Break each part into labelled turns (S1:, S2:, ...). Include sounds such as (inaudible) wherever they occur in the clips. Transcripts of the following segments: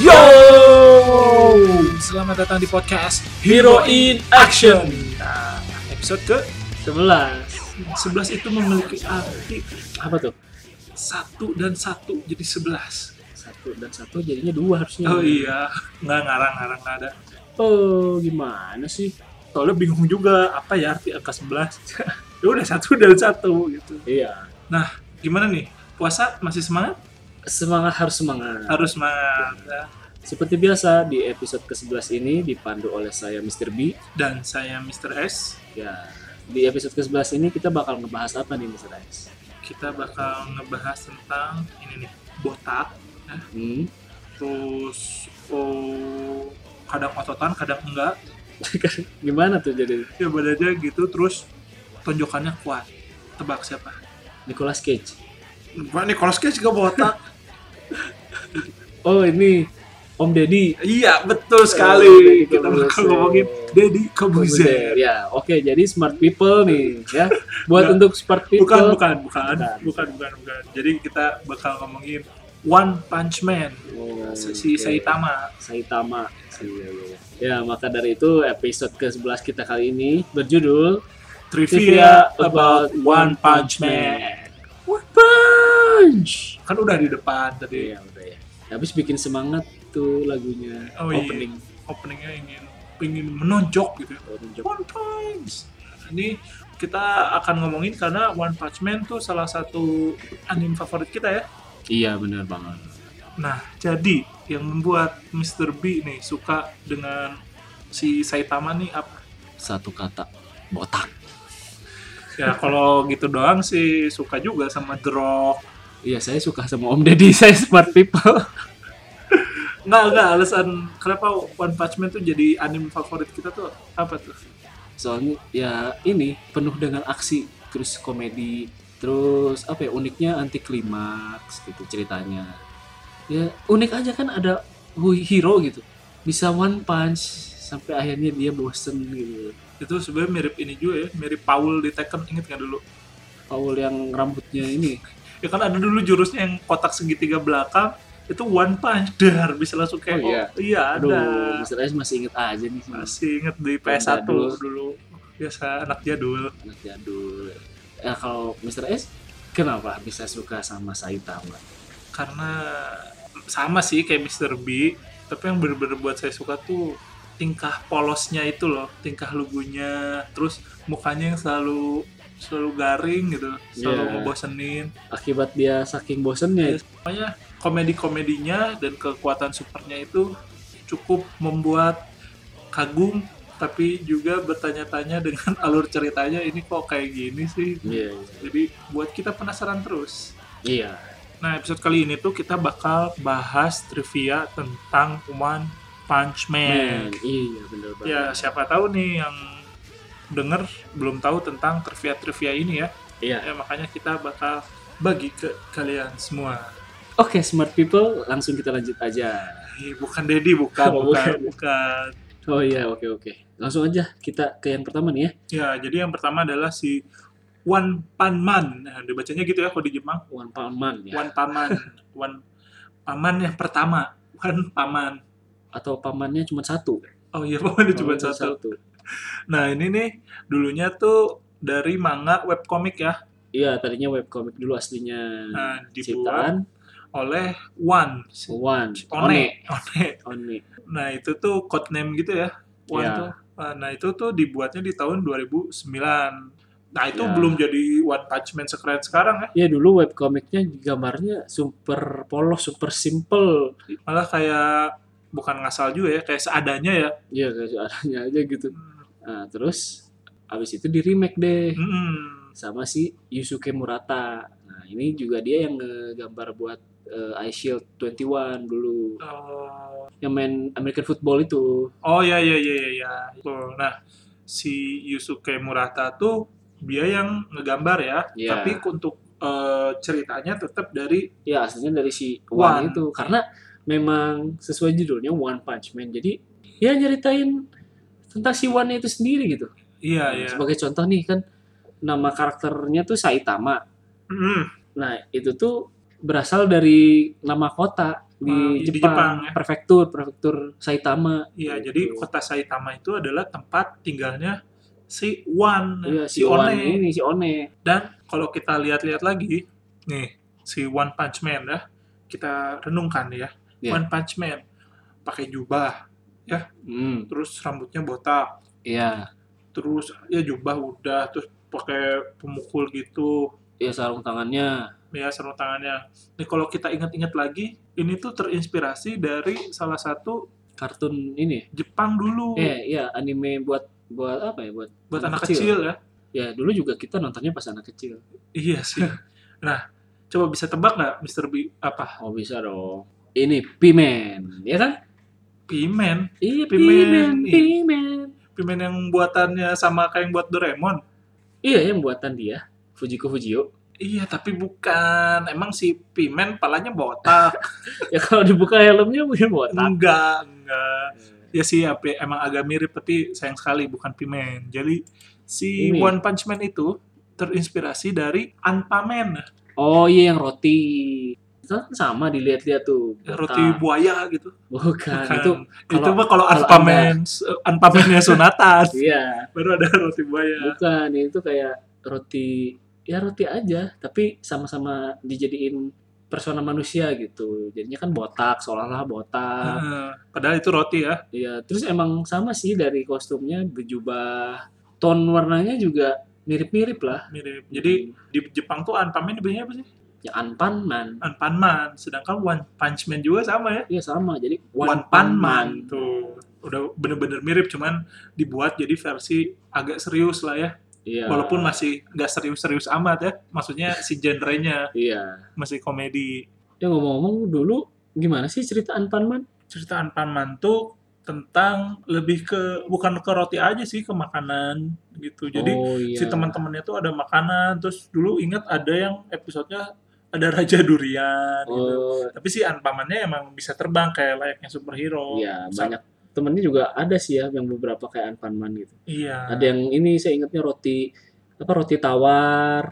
S1: Yo! Selamat datang di podcast Hero in Action. Nah, episode ke
S2: 11
S1: 11 itu memiliki arti
S2: apa tuh
S1: satu dan satu jadi 11.
S2: satu dan satu jadinya dua harusnya
S1: Oh iya, nggak ngarang-ngarang nggak ada.
S2: Oh, gimana sih
S1: Soalnya bingung juga apa ya arti angka 11. (laughs) ya udah satu dan satu gitu.
S2: iya
S1: Nah, gimana nih? Puasa masih semangat?
S2: semangat harus semangat
S1: Harus semangat. ya.
S2: seperti biasa di episode ke-11 ini dipandu oleh saya Mr. B
S1: Dan saya Mr. S.
S2: ya di episode ke-11 ini kita bakal ngebahas apa nih Mr. Ais
S1: Kita bakal ngebahas tentang ini nih, botak.
S2: hmm? (laughs)
S1: terus oh kadang ototan kadang enggak
S2: gimana tuh jadi
S1: ya badannya gitu terus tonjokannya kuat tebak siapa
S2: Nicolas Cage
S1: Pak Nicolas Cage juga botak
S2: oh ini Om Deddy
S1: (laughs) iya betul
S2: Deddy
S1: sekali kita bakal
S2: Corbuzier.
S1: ngomongin Deddy Corbuzier
S2: ya oke jadi smart people nih
S1: (laughs)
S2: ya
S1: Nggak.
S2: buat untuk smart people
S1: bukan bukan bukan
S2: Bukan.
S1: bukan bukan bukan jadi kita bakal ngomongin One Punch Man
S2: Oh,
S1: si
S2: oke.
S1: Saitama
S2: Saitama. Ya, maka dari itu episode ke-11 kita kali ini berjudul
S1: trivia about One Punch Man
S2: One Punch.
S1: kan udah di depan tadi
S2: Iya, udah ya. Habis bikin semangat tuh lagunya
S1: Oh, iya.
S2: opening.
S1: openingnya ingin ingin menonjok gitu One Punch. Ini kita akan ngomongin karena One Punch Man tuh salah satu anime favorit kita ya.
S2: Iya, benar banget.
S1: Nah, jadi yang membuat Mr. B nih suka dengan si Saitama nih apa?
S2: Satu kata botak.
S1: Ya kalau (laughs) gitu doang sih suka juga sama The Rock.
S2: Iya, saya suka sama Om Deddy, (laughs) saya smart people.
S1: Nggak, nggak alasan kenapa One Punch Man tuh jadi anime favorit kita tuh apa tuh?
S2: Soalnya ya ini penuh dengan aksi, terus komedi, terus apa ya uniknya anti klimaks gitu ceritanya. Ya unik aja kan ada hu- hero gitu. Bisa one punch sampai akhirnya dia bosen gitu.
S1: Itu sebenarnya mirip ini juga ya, mirip Paul di Tekken, inget nggak dulu?
S2: Paul yang rambutnya ini.
S1: Ya kan ada dulu jurusnya yang kotak segitiga belakang itu one punch dar bisa langsung kayak
S2: Oh,
S1: ada
S2: iya. Aduh, Mr. Ice masih inget aja nih sama
S1: masih inget di PS1
S2: Jadul.
S1: dulu biasa anak jadul
S2: anak jadul. Ya kalau Mr. Ice kenapa bisa suka sama Saitama?
S1: karena sama sih kayak Mr. B tapi yang bener-bener buat saya suka tuh tingkah polosnya itu loh tingkah lugunya terus mukanya yang selalu selalu garing gitu selalu
S2: Iya.
S1: ngebosenin
S2: Akibat dia saking bosennya.
S1: pokoknya komedi-komedinya dan kekuatan supernya itu cukup membuat kagum tapi juga bertanya-tanya dengan (laughs) alur ceritanya ini kok kayak gini sih
S2: Iya.
S1: jadi buat kita penasaran terus
S2: Iya.
S1: nah episode kali ini tuh kita bakal bahas trivia tentang One Punch Man,
S2: Man, iya bener banget.
S1: ya siapa tahu nih yang denger belum tahu tentang trivia-trivia ini ya.
S2: Iya.
S1: ya makanya kita bakal bagi ke kalian semua
S2: Oke, smart people, langsung kita lanjut aja.
S1: Ih, Eh, bukan Dedi, bukan,
S2: Oh,
S1: bukan,
S2: bukan.
S1: bukan.
S2: Oh iya, oke oke. Langsung aja kita ke yang pertama nih ya.
S1: Ya, jadi yang pertama adalah si Wan Panman. Nah, dibacanya gitu ya kalau di Jepang.
S2: One Pound Man ya.
S1: Wan (laughs) Paman. Wan Paman yang pertama. Wan Paman.
S2: Atau pamannya cuma satu.
S1: Oh iya, (laughs) Paman itu cuma satu. Nah, ini nih dulunya tuh dari manga webcomic ya.
S2: Iya, tadinya webcomic dulu aslinya.
S1: Nah, dibuat
S2: Ciptaan
S1: oleh Wan. Si (laughs)
S2: One.
S1: One. One.
S2: One.
S1: Nah, itu tuh code name gitu ya. Wan
S2: Iya.
S1: tuh. Nah, itu tuh dibuatnya di tahun 2009. Nah, itu
S2: Iya.
S1: belum jadi One Punch Man sekeren sekarang ya.
S2: Ya dulu webcomicnya gambarnya super polos, super simple.
S1: malah kayak bukan ngasal juga ya kayak seadanya ya
S2: Iya, kayak suaranya aja gitu. Nah, terus abis itu di remake deh.
S1: Mm-mm.
S2: sama si Yusuke Murata. Nah, ini juga dia yang ngegambar buat eh, Ice Shield 21 dulu.
S1: Oh.
S2: Yang main American football itu.
S1: oh ya ya ya ya ya Tuh, nah si Yusuke Murata tuh dia yang ngegambar ya
S2: Iya.
S1: tapi untuk eh, ceritanya tetap dari
S2: Ya, aslinya dari si
S1: One.
S2: One, itu karena memang sesuai judulnya One Punch Man. Jadi, ya nyeritain tentang si One itu sendiri gitu.
S1: iya
S2: Nah,
S1: ya
S2: Sebagai contoh nih kan nama karakternya tuh Saitama.
S1: Mm.
S2: Nah, itu tuh berasal dari nama kota di,
S1: Eh, di
S2: Jepang,
S1: Jepang, ya.
S2: prefektur prefektur Saitama
S1: Iya, jadi kota Saitama itu adalah tempat tinggalnya Nah, si ya. Wan,
S2: Iya, si One ini si One
S1: Dan kalau kita lihat-lihat lagi, nih si One Punch Man ya, kita renungkan ya.
S2: Iya.
S1: One Punch Man pakai jubah,
S2: hmm
S1: terus rambutnya botak,
S2: iya
S1: terus ya jubah udah, terus pakai pemukul gitu,
S2: iya sarung tangannya
S1: ya sarung tangannya. Nih kalau kita ingat-ingat lagi, ini tuh terinspirasi dari salah satu
S2: kartun ini
S1: Jepang dulu
S2: eh iya anime buat buat apa ya buat
S1: buat anak, kecil ya.
S2: ya dulu juga kita nontonnya pas anak kecil
S1: Iya (laughs) sih. nah, coba bisa tebak nggak Mr. B apa?
S2: oh bisa dong ini Pimen ya kan
S1: Pimen.
S2: iya
S1: Pimen,
S2: Pimen
S1: iya.
S2: Pimen
S1: Pimen yang buatannya sama kayak yang buat Doraemon.
S2: iya yang buatan dia Fujiko Fujio (laughs)
S1: Iya, tapi bukan. Emang si Pimen palanya (laughs) botak.
S2: ya kalau dibuka helmnya mungkin buatan
S1: enggak, enggak. Ya sih, apa- emang agak mirip tapi sayang sekali bukan Pimen. Jadi si
S2: Ini.
S1: One Punch Man itu terinspirasi dari Anpamen,
S2: oh iya yang roti kan sama dilihat-lihat tuh bukan.
S1: roti buaya gitu.
S2: bukan
S1: Bukan.
S2: itu
S1: itu
S2: kalau-
S1: mah kalau
S2: kalau
S1: Anpamen, (laughs) Anpamennya sunatan.
S2: iya
S1: Baru ada roti buaya.
S2: Bukan, itu kayak roti ya roti aja, tapi sama-sama dijadiin persona manusia gitu. Jadinya kan botak, seolah-olah botak.
S1: Heeh. Ah, Padahal itu roti ya.
S2: Iya, terus emang sama sih dari kostumnya, berjubah, ton warnanya juga mirip-mirip lah.
S1: mirip. Jadi di Jepang tuh Anpamen dibelinya apa sih?
S2: ya Anpan Man.
S1: Anpanman. Sedangkan One Punch Man juga sama ya.
S2: Iya sama, jadi
S1: One Punch Man tuh udah bener-bener mirip cuman dibuat jadi versi agak serius lah ya.
S2: Iya.
S1: Walaupun masih nggak serius-serius amat ya. Maksudnya si genrenya
S2: Iya.
S1: masih komedi.
S2: Ya ngomong-ngomong dulu gimana sih cerita Anpan Man?
S1: Cerita Anpanman tuh tentang lebih ke bukan ke roti aja sih ke makanan gitu. Jadi
S2: oh, iya.
S1: si teman-temannya tuh ada makanan terus dulu ingat ada yang episodenya ada raja durian gitu.
S2: Oh,
S1: tapi si anpamannya emang bisa terbang kayak layaknya superhero
S2: iya,
S1: Oh, Sa-
S2: banyak temennya juga ada sih ya yang beberapa kayak Anpan Man gitu.
S1: iya
S2: Ada yang ini saya ingatnya roti apa roti tawar.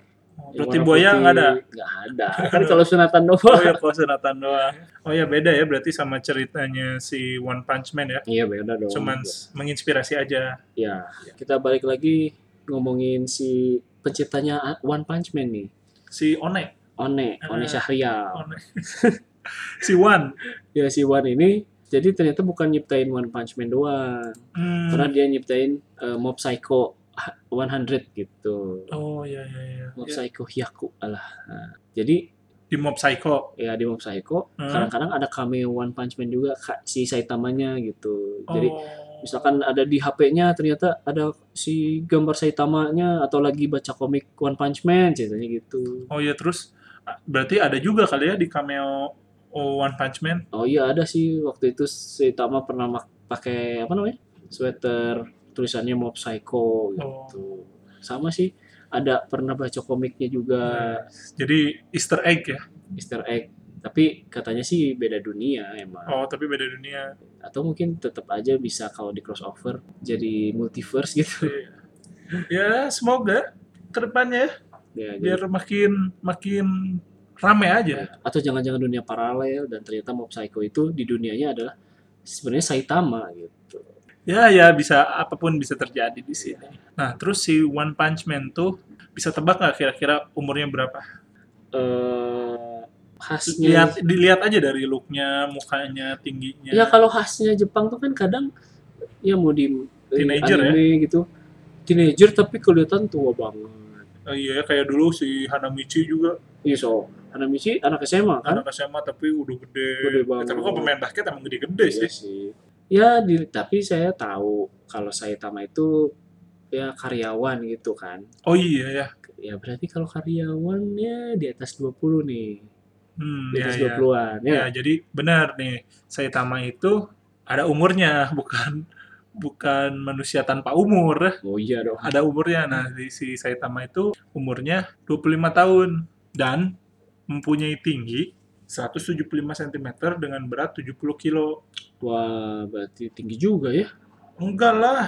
S2: yang
S1: roti
S2: warna
S1: buaya
S2: putih.
S1: nggak ada
S2: Nggak ada. Kan kalau sunatan
S1: (laughs)
S2: doang.
S1: oh ya kalau sunatan doang oh ya beda ya berarti sama ceritanya si One Punch Man ya
S2: Iya beda dong.
S1: cuman s-
S2: iya.
S1: menginspirasi aja
S2: ya kita balik lagi ngomongin si penciptanya One Punch Man nih.
S1: si One
S2: One, One
S1: Ah.
S2: Syahrial.
S1: One si One
S2: Ya si One ini jadi ternyata bukan nyiptain One Punch Man doang.
S1: Hmm.
S2: Karena dia nyiptain eh, Mob Psycho 100 gitu.
S1: oh ya ya ya
S2: Mob
S1: Ya,
S2: Psycho Hyaku alah. Nah, jadi
S1: di Mob Psycho
S2: ya di Mob Psycho
S1: Hmm.
S2: kadang-kadang ada cameo One Punch Man juga Kak, si Saitamanya gitu jadi
S1: Oh.
S2: misalkan ada di HP-nya ternyata ada si gambar Saitamanya atau lagi baca komik One Punch Man ceritanya gitu
S1: oh ya terus a- berarti ada juga kali ya di cameo oh, One Punch Man
S2: oh iya ada sih waktu itu Saitama pernah mak- pakai apa namanya sweater tulisannya Mob
S1: Oh.
S2: Psycho gitu sama sih ada pernah baca komiknya juga
S1: jadi Easter egg ya
S2: Easter egg tapi katanya sih beda dunia emang
S1: oh tapi beda dunia
S2: atau mungkin tetap aja bisa kalau di crossover jadi multiverse gitu
S1: Iya. ya semoga kedepannya
S2: ya, jadi-
S1: biar makin makin rame aja
S2: atau jangan-jangan dunia paralel dan ternyata Mob Psycho itu di dunianya adalah sebenarnya Saitama gitu
S1: ya ya bisa apapun bisa terjadi di sini nah terus si One Punch Man tuh bisa tebak nggak kira-kira umurnya berapa
S2: eh khasnya
S1: lihat dilihat aja dari looknya mukanya tingginya
S2: ya kalau khasnya Jepang tuh kan kadang ya mau di eh,
S1: Teenager ya?
S2: anime gitu teenager tapi kelihatan tua banget
S1: Oh iya kayak dulu si Hanamichi juga
S2: iya so Hanamichi anak SMA kan
S1: anak SMA tapi udah gede, Eh,
S2: Gede banget.
S1: tapi kok pemain basket emang gede-gede
S2: Iya
S1: sih
S2: sih. Ya, di- tapi saya tahu kalau Saitama itu ya karyawan gitu kan.
S1: oh iya ya
S2: Ya berarti kalau karyawannya di atas 20 nih.
S1: hmm,
S2: Di
S1: ya,
S2: atas
S1: ya.
S2: 20-an ya.
S1: Ya, jadi benar nih, Saitama itu ada umurnya, (laughs) bukan bukan manusia tanpa umur,
S2: Oh iya dong.
S1: ada umurnya. Nah, di si Saitama itu umurnya 25 tahun dan mempunyai tinggi 175 cm dengan berat 70 kilo.
S2: Wah, berarti tinggi juga ya.
S1: Enggak lah,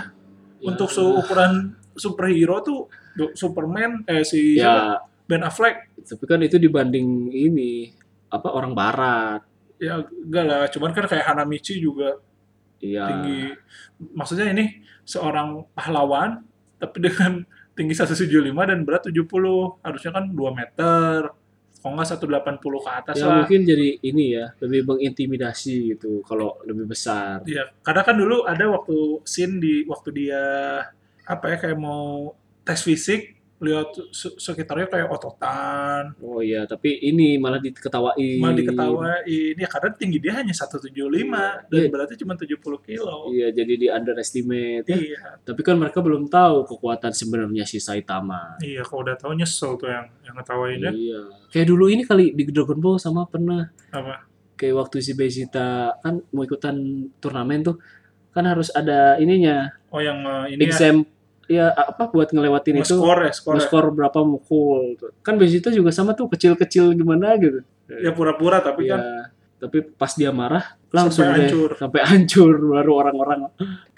S1: Iya.
S2: Ya.
S1: untuk seukuran superhero tuh du- Superman eh si siapa?
S2: ya,
S1: Ben Affleck.
S2: tapi kan itu dibanding ini apa orang barat.
S1: ya enggak lah cuman kan kayak Hanamichi juga
S2: Iya.
S1: tinggi maksudnya ini seorang pahlawan tapi dengan tinggi 175 dan berat 70 harusnya kan 2 meter kalau nggak 180 ke atas
S2: Ya
S1: lah
S2: mungkin jadi ini ya, lebih mengintimidasi gitu kalau lebih besar.
S1: Iya, karena kan dulu ada waktu scene di waktu dia apa ya kayak mau tes fisik, lihat se- sekitarnya kayak ototan,
S2: Oh iya, tapi ini malah diketawain.
S1: malah diketawain. Ya karena tinggi dia hanya 175 dan
S2: Iya.
S1: berarti cuma 70 kilo.
S2: Iya, jadi di underestimate. ya.
S1: Iya,
S2: Tapi kan mereka belum tahu kekuatan sebenarnya si Saitama.
S1: iya kalau udah tahu nyesel tuh yang yang ngetawain ya.
S2: Iya. Kayak dulu ini kali di Dragon Ball sama pernah
S1: Apa?
S2: kayak waktu si Vegeta kan mau ikutan turnamen tuh kan harus ada ininya
S1: Oh yang eh, ini ya,
S2: exam ya apa buat ngelewatin itu
S1: skor ya, skor. ya.
S2: skor berapa mukul tuh. kan Vegeta juga sama tuh kecil-kecil gimana gitu
S1: Ya pura-pura tapi
S2: ya
S1: kan
S2: tapi pas dia marah langsung ya.
S1: Sampai
S2: deh,
S1: hancur.
S2: sampai (laughs) hancur baru orang-orang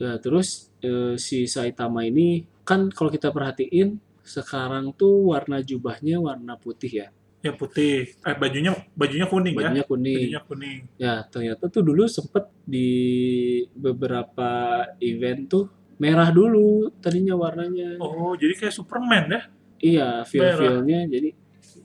S2: Nah, terus eh, si Saitama ini kan kalau kita perhatiin sekarang tuh warna jubahnya warna putih ya
S1: ya putih. Eh bajunya bajunya kuning ya.
S2: bajunya kuning
S1: Bajunya kuning.
S2: ya ternyata tuh dulu sempet di beberapa event tuh merah dulu tadinya warnanya
S1: Oh, jadi kayak Superman ya.
S2: iya feel-feelnya jadi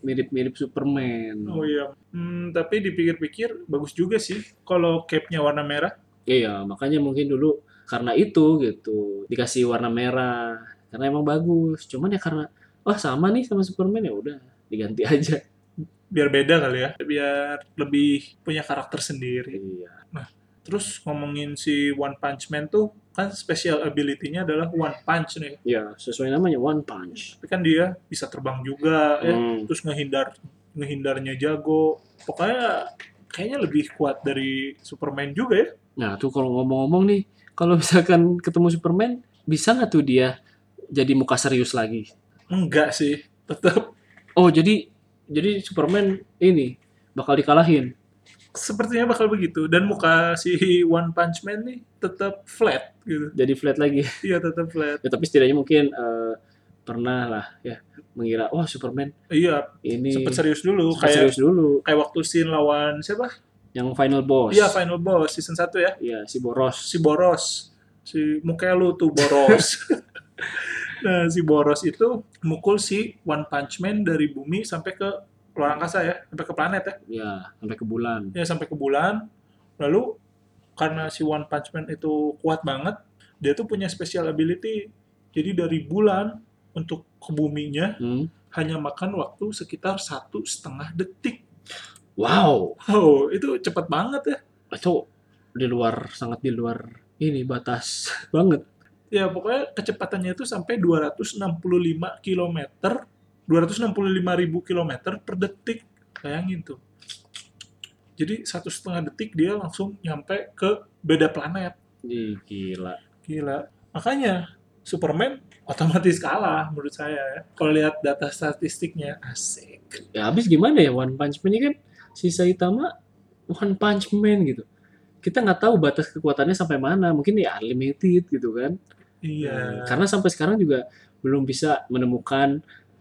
S2: mirip-mirip Superman
S1: Oh iya, hmm, tapi dipikir-pikir bagus juga sih kalau capnya warna merah.
S2: Iya, makanya mungkin dulu karena itu gitu dikasih warna merah karena emang bagus. Cuman ya karena wah sama nih sama Superman ya udah diganti (laughs) aja.
S1: Biar beda kali ya, biar lebih punya karakter sendiri.
S2: Iya.
S1: Terus ngomongin si One Punch Man tuh, kan special ability-nya adalah One Punch nih.
S2: Ya, sesuai namanya One Punch.
S1: Tapi kan dia bisa terbang juga, ya.
S2: Hmm.
S1: terus ngehindar ngehindarnya jago. Pokoknya kayaknya lebih kuat dari Superman juga ya.
S2: Nah, tuh kalau ngomong-ngomong nih, kalau misalkan ketemu Superman, bisa nggak tuh dia jadi muka serius lagi?
S1: Enggak sih, tetap
S2: Oh, jadi jadi Superman ini bakal dikalahin.
S1: sepertinya bakal begitu. Dan muka si One Punch Man nih tetap flat gitu.
S2: Jadi flat lagi. (laughs)
S1: Iya, tetap flat.
S2: Ya, tapi setidaknya mungkin eh, pernah lah ya mengira wah Superman
S1: Iya,
S2: ini
S1: sempet serius dulu
S2: Sempet
S1: kayak
S2: serius dulu.
S1: kayak waktu scene lawan siapa?
S2: yang final boss.
S1: Iya final boss season 1 ya.
S2: Iya, si Boros.
S1: Si Boros. Si Mukelu tuh Boros. nah, si Boros itu mukul si One Punch Man dari bumi sampai ke luar angkasa ya, sampai ke planet ya.
S2: Ya, sampai ke bulan.
S1: Ya sampai ke bulan. Lalu karena si One Punch Man itu kuat banget, dia tuh punya special ability. Jadi dari bulan untuk ke buminya
S2: Hmm.
S1: hanya makan waktu sekitar satu setengah detik.
S2: Wow,
S1: Oh, itu cepet banget ya.
S2: itu di luar sangat di luar ini batas (laughs) banget.
S1: Ya, pokoknya kecepatannya itu sampai 265 km, 265 ribu kilometer per detik. Bayangin tuh. Jadi satu setengah detik dia langsung nyampe ke beda planet.
S2: Ih, gila.
S1: Gila. Makanya Superman otomatis kalah menurut saya ya. Kalau lihat data statistiknya, asik.
S2: Ya habis gimana ya One Punch Man ini kan si Saitama One Punch Man gitu. Kita nggak tahu batas kekuatannya sampai mana. Mungkin ya unlimited gitu kan.
S1: Iya.
S2: Eh, Karena sampai sekarang juga belum bisa menemukan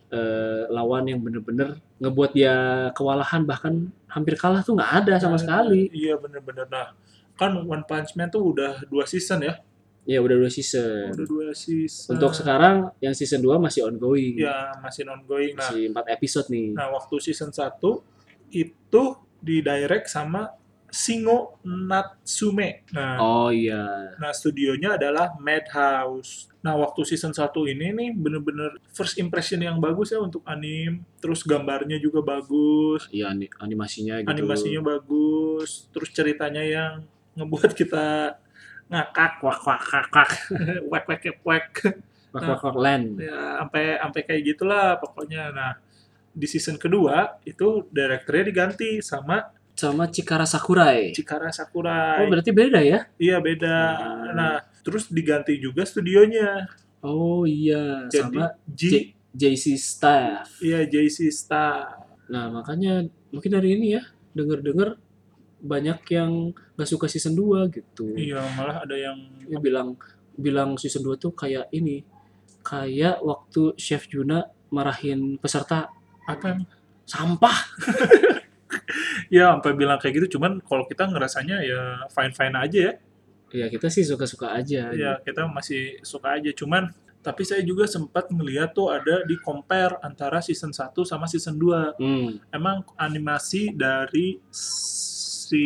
S2: eh, lawan yang bener-bener ngebuat dia kewalahan bahkan hampir kalah tuh nggak ada Hmm. sama sekali.
S1: Iya, bener-bener. Nah, kan One Punch Man tuh udah dua season ya.
S2: Ya udah dua season.
S1: Udah dua season.
S2: Untuk sekarang yang season 2 masih ongoing.
S1: Ya, masih ongoing. Nah,
S2: Masih 4 episode nih.
S1: Nah, waktu season 1 itu di direct sama Singo Natsume. Nah,
S2: Oh iya.
S1: nah studionya adalah Madhouse. Nah, waktu season 1 ini nih bener-bener first impression yang bagus ya untuk anime. Terus gambarnya juga bagus,
S2: Iya ani- animasinya gitu.
S1: animasinya bagus, terus ceritanya yang ngebuat kita ngakak wak wak wak wak (laughs) wak wak wak, wak
S2: Wak, wak, wak, land.
S1: ya sampai sampai kayak gitulah pokoknya nah di season kedua itu direkturnya diganti sama
S2: Sama Cikara Sakurai.
S1: Cikara
S2: Oh
S1: Sakurai
S2: berarti beda ya?
S1: iya beda
S2: Hmm.
S1: nah terus diganti juga studionya
S2: Oh iya.
S1: jadi
S2: Sama
S1: J
S2: J- JC Staff.
S1: iya JC Star
S2: Nah makanya mungkin dari ini ya denger-denger banyak yang gak suka season 2 gitu.
S1: iya malah ada yang
S2: Dia bilang bilang season 2 tuh kayak ini. Kayak waktu Chef Juna marahin peserta
S1: apa emang?
S2: sampah
S1: ya sampai bilang kayak gitu cuman kalau kita ngerasanya ya fine fine aja ya
S2: ya kita sih suka-suka aja
S1: ya kita masih suka aja cuman tapi saya juga sempat ngeliat tuh ada di compare antara season 1 sama season 2
S2: Hmm,
S1: emang animasi dari si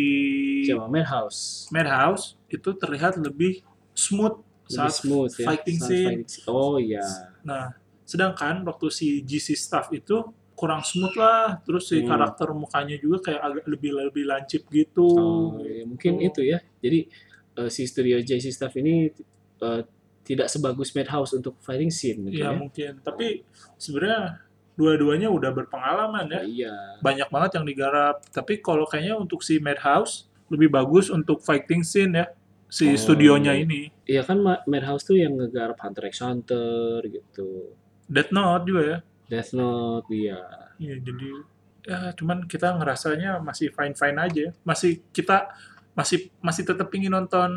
S2: sama Madhouse.
S1: Madhouse itu terlihat lebih smooth
S2: Lebih
S1: saat
S2: smooth ya.
S1: fighting
S2: saat
S1: scene.
S2: fighting Oh iya.
S1: Nah, sedangkan waktu si GC staff itu kurang smooth lah, terus si
S2: Hmm.
S1: karakter mukanya juga kayak agak lebih lebih lancip gitu.
S2: Oh, iya. mungkin itu ya. Jadi eh, si studio JC Staff ini eh, tidak sebagus Madhouse untuk fighting scene mungkin
S1: ya,
S2: ya.
S1: mungkin. Tapi sebenarnya dua-duanya udah berpengalaman ya.
S2: Oh, iya.
S1: Banyak banget yang digarap. Tapi kalau kayaknya untuk si Madhouse lebih bagus untuk fighting scene ya si
S2: Oh.
S1: studionya ini.
S2: Iya kan Ma- Madhouse tuh yang ngegarap Hunter x Hunter gitu.
S1: Death Note juga ya.
S2: Death Note iya.
S1: Iya, jadi ya cuman kita ngerasanya masih fine fine aja, masih kita masih masih tetap ingin nonton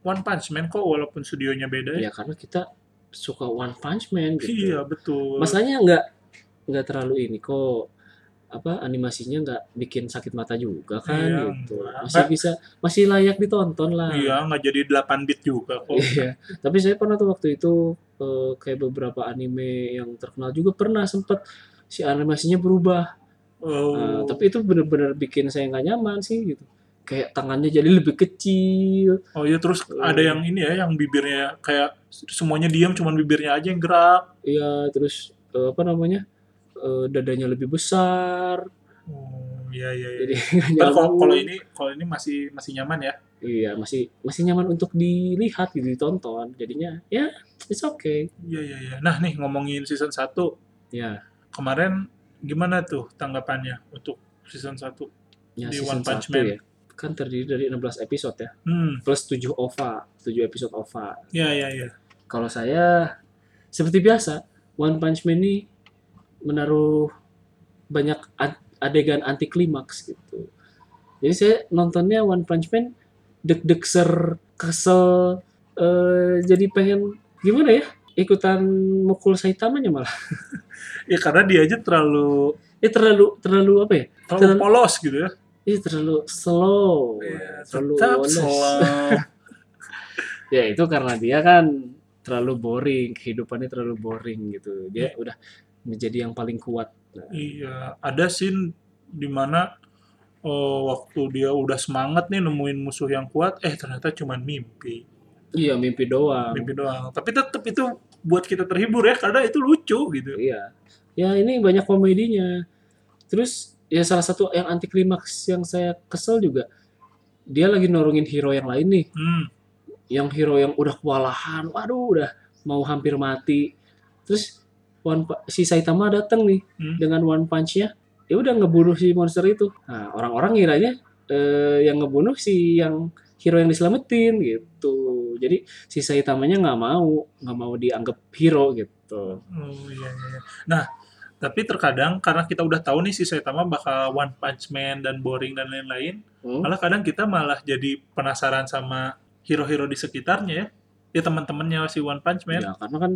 S1: One Punch Man kok walaupun studionya beda. ya.
S2: Ya karena kita suka One Punch Man gitu.
S1: Iya betul.
S2: Masalahnya nggak nggak terlalu ini kok apa animasinya nggak bikin sakit mata juga kan
S1: Iya,
S2: gitu.
S1: nggak.
S2: Masih bisa masih layak ditonton lah.
S1: Iya nggak jadi 8 bit juga kok.
S2: Iya, tapi saya pernah tuh waktu itu eh, kayak beberapa anime yang terkenal juga pernah sempet si animasinya berubah.
S1: Oh,
S2: Eh, tapi itu bener-bener bikin saya nggak nyaman sih gitu. Kayak tangannya jadi lebih kecil.
S1: oh ya terus ada
S2: iya.
S1: yang ini ya yang bibirnya kayak semuanya diam cuman bibirnya aja yang gerak.
S2: Iya, terus eh, apa namanya? eh, dadanya lebih besar.
S1: Oh, iya iya. iya.
S2: Jadi (laughs)
S1: Ntar kalau
S2: nyaman.
S1: kalau ini kalau ini masih masih nyaman ya.
S2: iya masih masih nyaman untuk dilihat gitu ditonton. Jadinya ya it's okay.
S1: Iya iya iya. Nah nih ngomongin season 1
S2: Ya,
S1: kemarin gimana tuh tanggapannya untuk season 1?
S2: ya
S1: Di One
S2: season
S1: Punch
S2: satu
S1: Man.
S2: ya. Kan terdiri dari 16 episode ya.
S1: Hmm,
S2: Plus 7 OVA, 7 episode OVA.
S1: ya ya ya.
S2: Kalau saya seperti biasa, One Punch Man ini menaruh banyak a- adegan anti klimaks gitu. Jadi saya nontonnya One Punch Man deg-deg ser, kesel, eh, jadi pengen gimana ya? Ikutan mukul Saitamanya malah.
S1: Ya karena dia aja terlalu
S2: Ya terlalu terlalu apa ya?
S1: terlalu
S2: Terlalu-
S1: polos gitu ya.
S2: Ih terlalu slow.
S1: Iya,
S2: terlalu
S1: tetap
S2: woles.
S1: slow.
S2: Ya itu karena dia kan terlalu boring, kehidupannya terlalu boring gitu. Dia udah menjadi yang paling kuat
S1: (laughs) iya, ada scene dimana eh, waktu dia udah semangat nih nemuin musuh yang kuat, eh ternyata cuman mimpi,
S2: Iya mimpi doang.
S1: mimpi doang. Tapi tetap itu buat kita terhibur ya karena itu lucu gitu.
S2: Iya. Ya ini banyak komedinya. Terus ya salah satu yang anti klimaks yang saya kesel juga dia lagi nolongin hero yang lain nih,
S1: Hmm,
S2: yang hero yang udah kewalahan, waduh udah mau hampir mati. Terus One Pu- si Saitama datang nih
S1: Hmm.
S2: dengan one punch-nya. Ya udah ngebunuh si monster itu. Nah, orang-orang ngiranya eh, yang ngebunuh si yang hero yang diselamatin gitu. Jadi si Saitamanya nggak mau, nggak mau dianggap hero gitu.
S1: oh iya iya. Nah, tapi terkadang karena kita udah tahu nih si Saitama bakal One Punch Man dan boring dan lain-lain,
S2: Hmm?
S1: malah kadang kita malah jadi penasaran sama hero-hero di sekitarnya ya ya teman-temannya si One Punch Man
S2: Ya, karena kan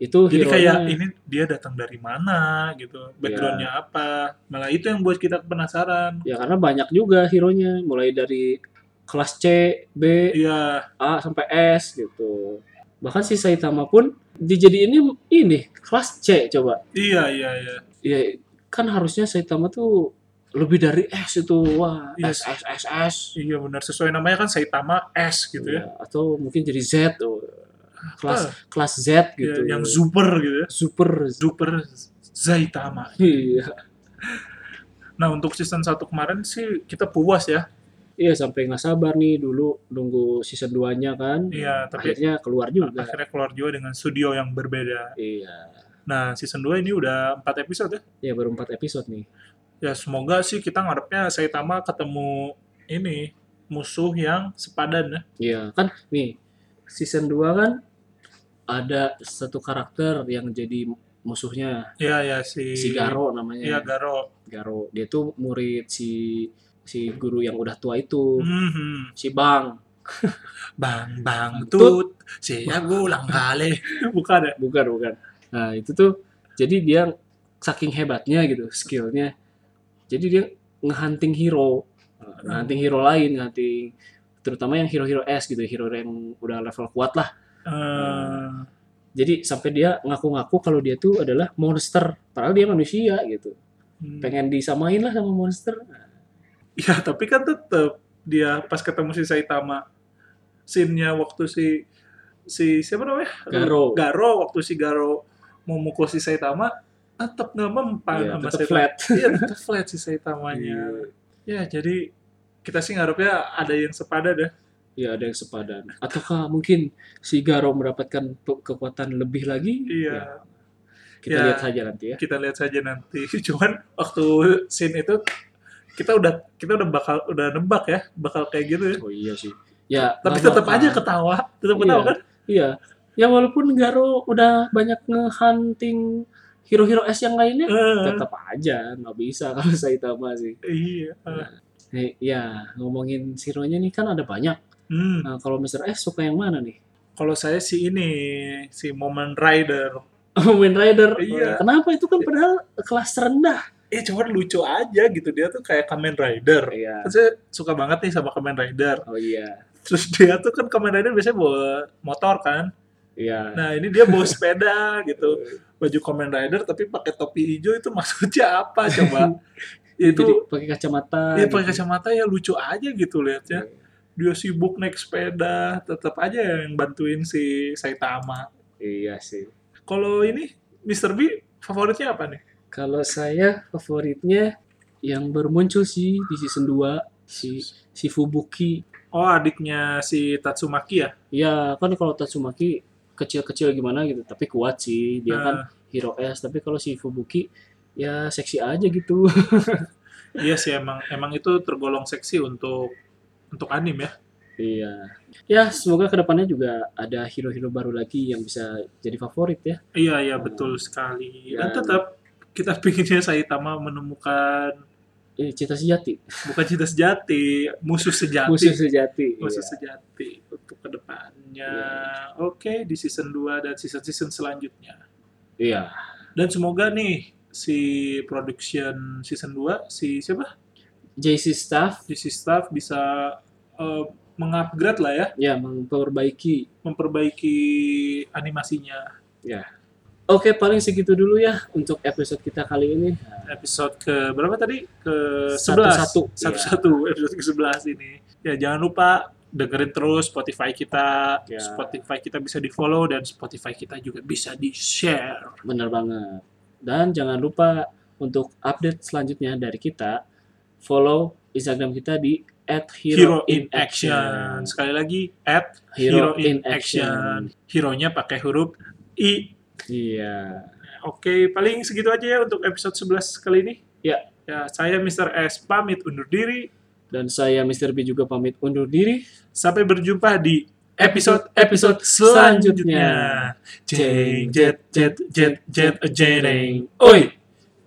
S2: itu
S1: jadi
S2: hero-nya-
S1: kayak ini dia datang dari mana gitu
S2: Iya.
S1: backgroundnya apa malah itu yang buat kita penasaran
S2: ya karena banyak juga hero-nya mulai dari kelas C, B,
S1: iya
S2: A sampai S gitu. Bahkan si Saitama pun dijadiinnya ini kelas C coba.
S1: iya iya iya
S2: Ya kan harusnya Saitama tuh lebih dari S itu. Wah,
S1: Iya.
S2: S S S S.
S1: iya benar sesuai namanya kan Saitama S gitu ya
S2: Ya, atau mungkin jadi Z tuh. Kelas
S1: Ah,
S2: kelas Z
S1: iya,
S2: gitu.
S1: yang super gitu ya
S2: super.
S1: super Saitama
S2: Iya.
S1: nah untuk season 1 kemarin sih kita puas ya
S2: Iya sampai nggak sabar nih dulu nunggu season 2-nya kan.
S1: iya tapi
S2: Akhirnya keluar juga.
S1: akhirnya keluar juga dengan studio yang berbeda
S2: Iya.
S1: nah season 2 ini udah 4 episode ya
S2: Ya baru 4 episode nih.
S1: ya semoga sih kita ngarepnya Saitama ketemu ini musuh yang sepadan ya.
S2: Iya, kan nih season 2 kan ada satu karakter yang jadi musuhnya
S1: Iya ya si
S2: si Garo
S1: Iya
S2: namanya.
S1: Garo.
S2: Garo. Dia tuh murid si si guru yang udah tua itu,
S1: Mhm.
S2: si Bang.
S1: Bang bang
S2: Tut.
S1: tut siap ulang
S2: (laughs)
S1: kali. Bukan ya?
S2: Bukan, bukan. Nah, itu tuh jadi dia saking hebatnya gitu skillnya. Jadi dia ngehunting hero ngehunting hero lain ngehunting terutama yang hero-hero S gitu hero yang udah level kuat lah
S1: Eh,
S2: jadi sampai dia ngaku-ngaku kalau dia tuh adalah monster padahal dia manusia gitu
S1: hmm.
S2: pengen disamain lah sama monster
S1: Ya, tapi kan tetep dia pas ketemu si Saitama. Scene-nya waktu si si siapa namanya?
S2: Garo.
S1: Garo waktu si Garo mau mukul si Saitama tetap nggak mempan
S2: Iya,
S1: sama
S2: tetep
S1: Saitama.
S2: flat. Iya,
S1: Iya, tetap flat si Saitamanya. Ya, jadi kita sih ngarepnya ada yang sepadan ya.
S2: ya ada yang sepadan ataukah mungkin si Garo mendapatkan pe- kekuatan lebih lagi
S1: Iya.
S2: Ya, kita
S1: Ya.
S2: lihat saja nanti ya
S1: Kita lihat saja nanti. (laughs) Cuman waktu scene itu kita udah kita udah bakal udah nebak ya bakal kayak gitu ya.
S2: oh iya sih ya
S1: Tapi
S2: nggak
S1: tetap
S2: apa-apa.
S1: aja ketawa, tetap ketawa
S2: Iya.
S1: kan?
S2: iya ya walaupun Garo udah banyak ngehunting hero-hero S yang lainnya
S1: Eh,
S2: tetap aja nggak bisa (laughs) kalau Saitama sih
S1: iya. Eh,
S2: Eh, ya ngomongin hero-nya nih kan ada banyak
S1: Hmm.
S2: Nah, kalau Mr. S suka yang mana nih (laughs)
S1: Kalau saya si ini, si Moment Rider.
S2: Kamen Rider
S1: Iya.
S2: kenapa itu kan padahal kelas rendah
S1: Eh cuman lucu aja gitu, dia tuh kayak Kamen Rider.
S2: iya
S1: Kan saya suka banget nih sama Kamen Rider.
S2: oh iya
S1: Terus dia tuh kan Kamen Rider biasanya bawa motor kan.
S2: iya
S1: Nah ini dia bawa sepeda (laughs) gitu. Baju Kamen Rider tapi pakai topi hijau itu (laughs) maksudnya apa
S2: (laughs)
S1: coba? Ya,
S2: Jadi
S1: itu
S2: pakai kacamata
S1: dia
S2: gitu.
S1: pakai kacamata ya lucu aja gitu liatnya. Dia sibuk naik sepeda, tetap aja yang bantuin si Saitama.
S2: Iya sih.
S1: Kalau ini Mr. B favoritnya apa nih?
S2: Kalau saya favoritnya yang baru muncul sih di season 2 si si Fubuki.
S1: Oh adiknya si Tatsumaki ya?
S2: Ya kan kalau Tatsumaki kecil-kecil gimana gitu, tapi kuat sih. Dia kan hero S, tapi kalau si Fubuki ya seksi aja gitu.
S1: Eh, iya sih emang emang itu tergolong seksi untuk untuk anim ya.
S2: iya. Ya, semoga kedepannya juga ada hero-hero baru lagi yang bisa jadi favorit ya.
S1: Iya iya betul sekali. Dan
S2: Dan-
S1: tetap kita pinginnya Saitama menemukan
S2: Eh, cinta sejati,
S1: bukan cinta sejati, musuh sejati.
S2: musuh sejati.
S1: Musuh
S2: Iya.
S1: sejati untuk kedepannya.
S2: Iya.
S1: Oke di season 2 dan season season selanjutnya.
S2: Iya.
S1: Dan semoga nih si production season 2 si siapa?
S2: JC staff
S1: Si staff bisa eh, mengupgrade lah ya
S2: ya memperbaiki ya.
S1: memperbaiki animasinya
S2: Oke, paling segitu dulu ya untuk episode kita kali ini.
S1: episode ke berapa tadi ke sebelas
S2: Satu-satu. Iya.
S1: satu satu episode ke sebelas ini ya jangan lupa dengerin terus Spotify kita
S2: Ya.
S1: Spotify kita bisa di follow dan Spotify kita juga bisa di share
S2: Bener banget. Dan jangan lupa untuk update selanjutnya dari kita, follow Instagram kita di
S1: Hero, in
S2: @heroinaction.
S1: Action sekali lagi at
S2: Hero in Action.
S1: hero nya pakai huruf i
S2: Iya.
S1: Oke, paling segitu aja ya untuk episode 11 kali ini.
S2: Ya.
S1: Ya, saya Mr. S pamit undur diri.
S2: Dan saya Mr. B juga pamit undur diri.
S1: Sampai berjumpa di episode-episode
S2: selanjutnya.
S1: selanjutnya. Jeng jet jet jet jet jeng. Oi.